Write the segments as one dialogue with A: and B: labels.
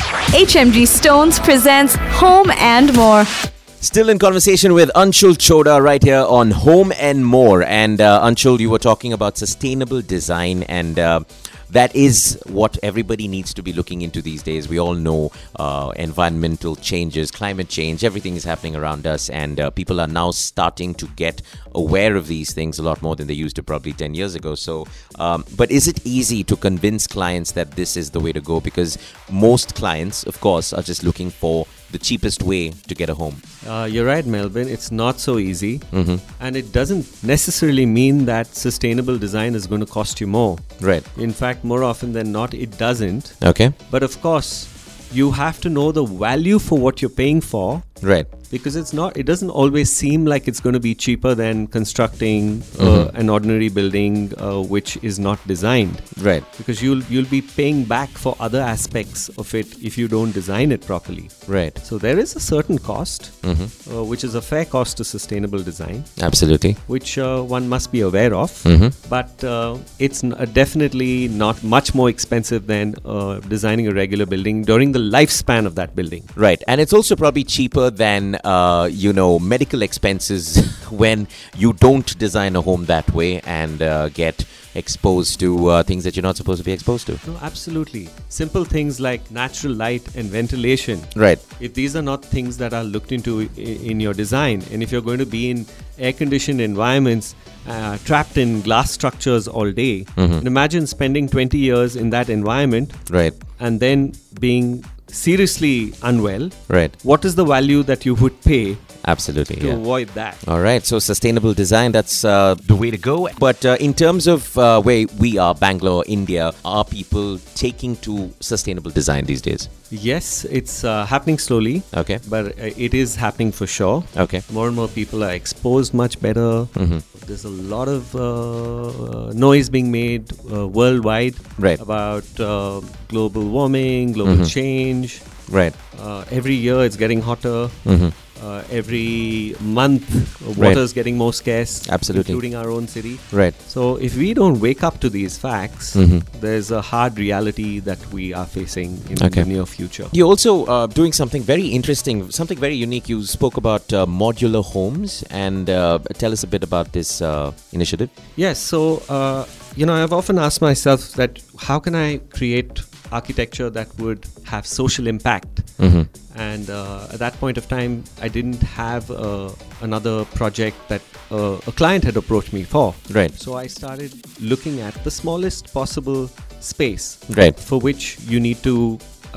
A: HMG Stones presents Home and More.
B: Still in conversation with Anshul Choda right here on Home and More. And uh, Anshul, you were talking about sustainable design, and uh, that is what everybody needs to be looking into these days. We all know uh, environmental changes, climate change, everything is happening around us, and uh, people are now starting to get aware of these things a lot more than they used to probably 10 years ago. So, um, but is it easy to convince clients that this is the way to go? Because most clients, of course, are just looking for the cheapest way to get a home.
C: Uh, you're right, Melvin. It's not so easy.
B: Mm-hmm.
C: And it doesn't necessarily mean that sustainable design is going to cost you more.
B: Right.
C: In fact, more often than not, it doesn't.
B: Okay.
C: But of course, you have to know the value for what you're paying for
B: Right.
C: because it's not it doesn't always seem like it's going to be cheaper than constructing uh,
B: Mm-hmm.
C: an ordinary building uh, which is not designed
B: Right.
C: because you'll you'll be paying back for other aspects of it if you don't design it properly
B: Right.
C: so there is a certain cost uh, which is a fair cost to sustainable design
B: Absolutely.
C: which uh, one must be aware of but uh, it's n- uh, definitely not much more expensive than uh, designing a regular building during the lifespan of that building
B: Right. And it's also probably cheaper than, uh, you know, medical expenses when you don't design a home that way and uh, get exposed to uh, things that you're not supposed to be exposed to.
C: no absolutely simple things like natural light and ventilation
B: Right.
C: if these are not things that are looked into i- in your design and if you're going to be in air conditioned environments uh, trapped in glass structures all day and imagine spending 20 years in that environment
B: Mm-hmm. Right.
C: and then being seriously unwell
B: Right.
C: what is the value that you would pay
B: Absolutely.
C: to
B: yeah.
C: avoid that
B: All right, so sustainable design, that's uh, the way to go. But uh, in terms of uh, where we are, Bangalore, India, are people taking to sustainable design these days?
C: yes it's uh, happening slowly
B: Okay.
C: but uh, it is happening for sure
B: Okay.
C: more and more people are exposed much better
B: Mm-hmm.
C: there's a lot of uh, noise being made uh, worldwide
B: Right. Mm-hmm.
C: about uh, global warming global change
B: Right.
C: uh, every year it's getting hotter uh, every month uh,
B: Mm-hmm. Right.
C: water is getting more scarce
B: Absolutely.
C: including our own city
B: Right. Mm-hmm.
C: so if we don't wake up to these facts there's a hard reality that we are facing in
B: Okay.
C: the near future
B: You're also uh, doing something very interesting, something very unique. You spoke about uh, modular homes, and uh, tell us a bit about this uh, initiative.
C: Yes, so uh, you know, I've often asked myself that how can I create architecture that would have social impact?
B: Mm-hmm.
C: And uh, at that point of time, I didn't have uh, another project that uh, a client had approached me for.
B: Right.
C: So I started looking at the smallest possible space
B: Right.
C: for which you need to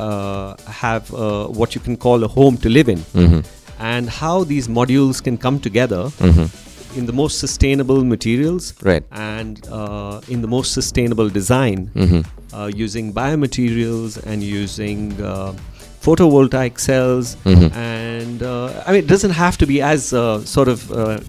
C: uh, have uh, what you can call a home to live in,
B: Mm-hmm.
C: and how these modules can come together in the most sustainable materials
B: Mm-hmm. Right.
C: and uh, in the most sustainable design
B: Mm-hmm.
C: uh, using biomaterials and using uh, photovoltaic cells
B: Mm-hmm.
C: and uh, i mean it doesn't have to be as uh, sort of uh,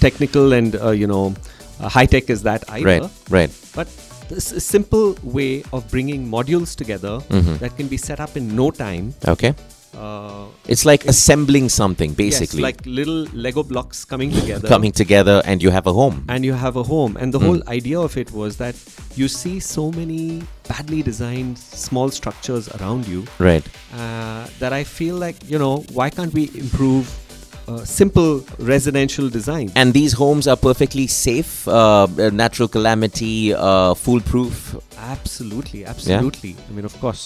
C: technical and uh, you know uh, high tech as that either
B: Right. Right.
C: but this is a simple way of bringing modules together
B: Mm-hmm.
C: that can be set up in no time
B: Okay.
C: uh,
B: It's like assembling something,
C: yes,
B: basically,
C: like little lego blocks coming together
B: coming together, and you have a home.
C: and you have a home. And the
B: Hmm.
C: whole idea of it was that you see so many badly designed small structures around you
B: right.
C: uh, that I feel like, you know, why can't we improve uh, simple residential design?
B: And these homes are perfectly safe, uh, natural calamity, uh, foolproof.
C: absolutely, absolutely. I mean, of course,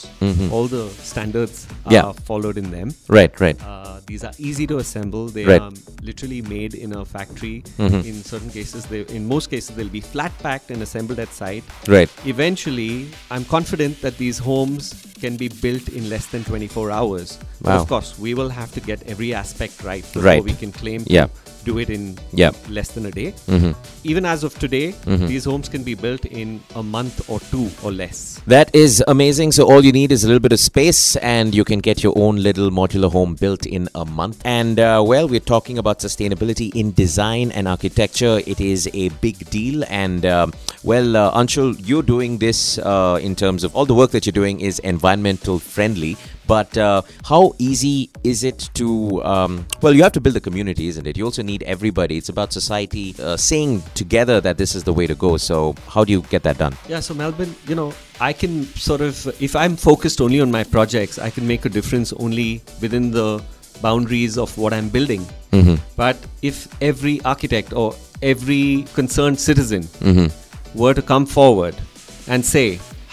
C: all the standards are
B: Mm-hmm. Yeah.
C: followed in them.
B: Right. Right.
C: Uh, these are easy to assemble. They
B: Right. Mm-hmm.
C: are literally made in a factory. In certain cases, they in most cases they'll be flat packed and assembled at site.
B: Right.
C: Eventually, I'm confident that these homes can be built in less than 24 hours. But
B: Wow.
C: Of course, we will have to get every aspect right before
B: Right.
C: we can claim
B: Yeah.
C: to do it in
B: Yeah. Mm-hmm.
C: less than a day. Even as of today, these homes can be built in a month or two or less.
B: That is amazing. So all you need is a little bit of space, and you can get your own little modular home built in a month. And uh, well, we're talking about sustainability in design and architecture. It is a big deal. And um well, uh, Anshul, you're doing this uh, in terms of all the work that you're doing is environmental friendly, But uh, how easy is it to? Um, well, you have to build a community, isn't it? You also need everybody. It's about society uh, saying together that this is the way to go. So how do you get that done?
C: Yeah, so Melbourne, you know, I can sort of, if I'm focused only on my projects, I can make a difference only within the boundaries of what I'm building.
B: Mm-hmm.
C: But if every architect or every concerned citizen
B: Mm-hmm.
C: were to come forward and say,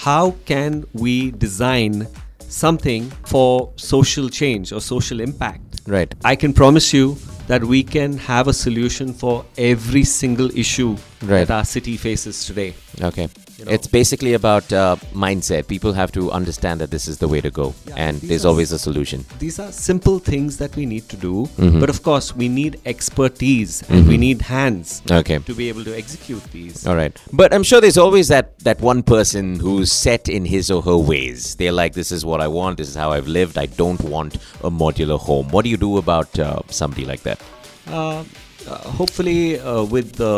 C: how can we design something for social change or social impact?
B: Right.
C: I can promise you that we can have a solution for every single issue
B: Right.
C: that our city faces today.
B: Okay.
C: You know-
B: It's basically about uh, mindset. People have to understand that this is the way to go,
C: Yeah,
B: and
C: these
B: there's
C: are-
B: always a solution.
C: These are simple things that we need to do, but of course, we need expertise and we need hands
B: Okay.
C: to be able to execute these.
B: All right. But I'm sure there's always that that one person who's set in his or her ways. They're like, this is what I want. This is how I've lived. I don't want a modular home. What do you do about uh, somebody like that?
C: Uh, uh, hopefully, uh, with the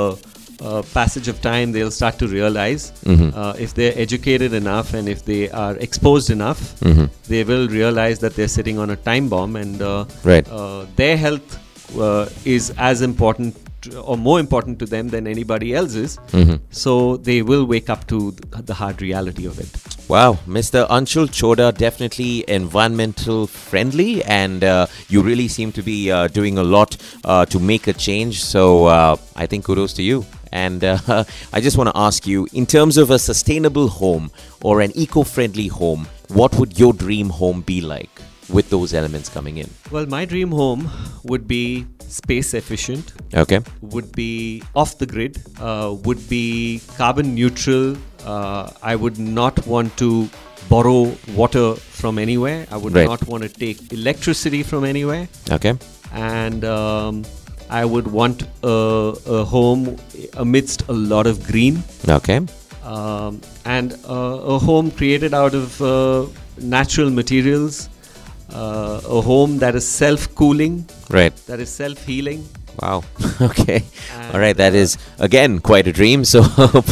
C: uh, passage of time, they'll start to realize uh, if they're educated enough and if they are exposed enough, they will realize that they're sitting on a time bomb and uh,
B: Right.
C: uh, their health uh, is as important to- or more important to them than anybody else's. So they will wake up to th- the hard reality of it.
B: Wow, Mr. Anshul Choda, definitely environmental friendly, and uh, you really seem to be uh, doing a lot uh, to make a change. So uh, I think kudos to you. And uh, I just want to ask you, in terms of a sustainable home or an eco friendly home, what would your dream home be like with those elements coming in?
C: Well, my dream home would be space efficient,
B: Okay.
C: would be off the grid, uh, would be carbon neutral. Uh, I would not want to borrow water from anywhere. I would
B: Right.
C: not want to take electricity from anywhere.
B: Okay.
C: And um, I would want a, a home amidst a lot of green
B: Okay.
C: um, and uh, a home created out of uh, natural materials, uh, a home that is self cooling,
B: Right.
C: that is self healing.
B: Wow. Okay. All right.
C: And,
B: That
C: uh,
B: is again quite a dream. So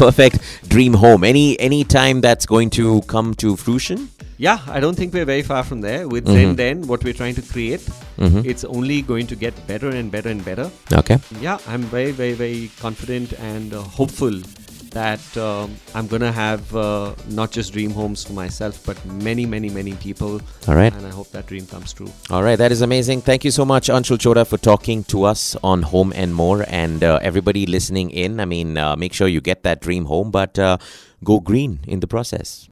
B: perfect dream home. Any any time that's going to come to fruition.
C: Yeah, I don't think we're very far from there. With
B: Mm-hmm.
C: Zen Then, what we're trying to create, it's only going to get better and better and better.
B: Okay.
C: Yeah, I'm very, very, very confident and uh, hopeful that um, I'm going to have uh, not just dream homes for myself, but many, many, many people.
B: All right.
C: And I hope that dream comes true.
B: All right. That is amazing. Thank you so much, Anshul Choda, for talking to us on Home and More, and uh, everybody listening in. I mean, uh, make sure you get that dream home, but uh, go green in the process.